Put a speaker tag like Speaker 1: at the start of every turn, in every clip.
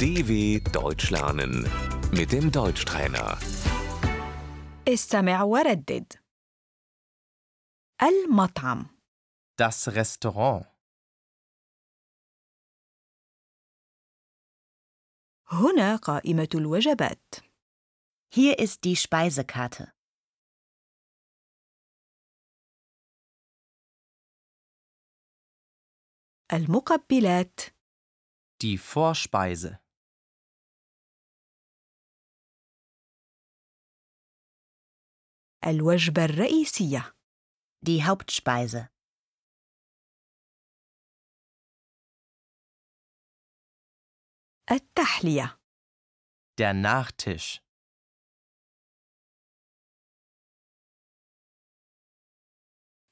Speaker 1: DW Deutsch lernen mit dem Deutschtrainer.
Speaker 2: استمع وردد المطعم
Speaker 3: Das Restaurant.
Speaker 2: هنا قائمة الوجبات
Speaker 4: Hier ist die Speisekarte.
Speaker 2: المقبلات
Speaker 3: Die Vorspeise.
Speaker 2: الوجبة الرئيسية
Speaker 4: Die Hauptspeise.
Speaker 2: التحلية
Speaker 3: Der Nachtisch.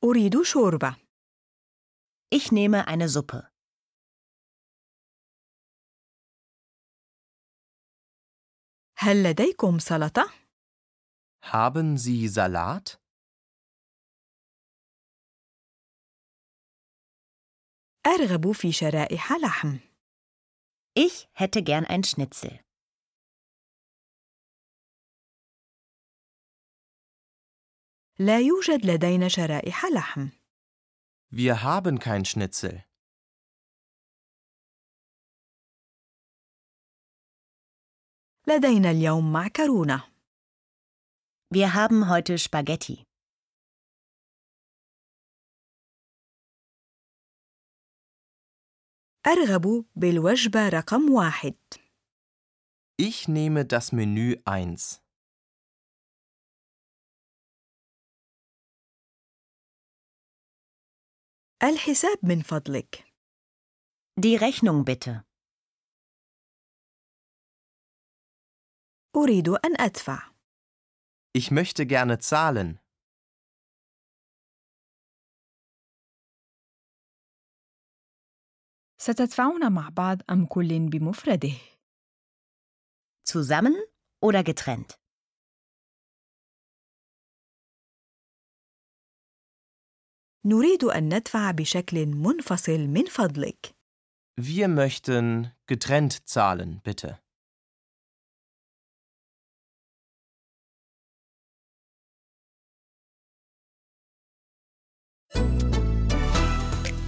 Speaker 2: أريد شوربة
Speaker 4: Ich nehme eine Suppe.
Speaker 2: هل لديكم سلطة؟
Speaker 3: Haben Sie Salat?
Speaker 2: أرغب في شرائح لحم
Speaker 4: Ich hätte gern ein Schnitzel.
Speaker 2: لا يوجد لدينا شرائح لحم
Speaker 3: Wir haben kein Schnitzel.
Speaker 2: لدينا اليوم معكرونة
Speaker 4: Wir haben heute Spaghetti.
Speaker 2: أرغب بالوجبة رقم واحد
Speaker 3: Ich nehme das Menü 1.
Speaker 2: الحساب من فضلك
Speaker 4: Die Rechnung bitte.
Speaker 2: أريد أن أدفع
Speaker 3: Ich möchte gerne zahlen.
Speaker 5: ستدفعون مع بعض أم كل بمفرده؟
Speaker 4: Zusammen oder getrennt?
Speaker 2: نريد أن ندفع بشكل منفصل من فضلك
Speaker 3: Wir möchten getrennt zahlen, bitte.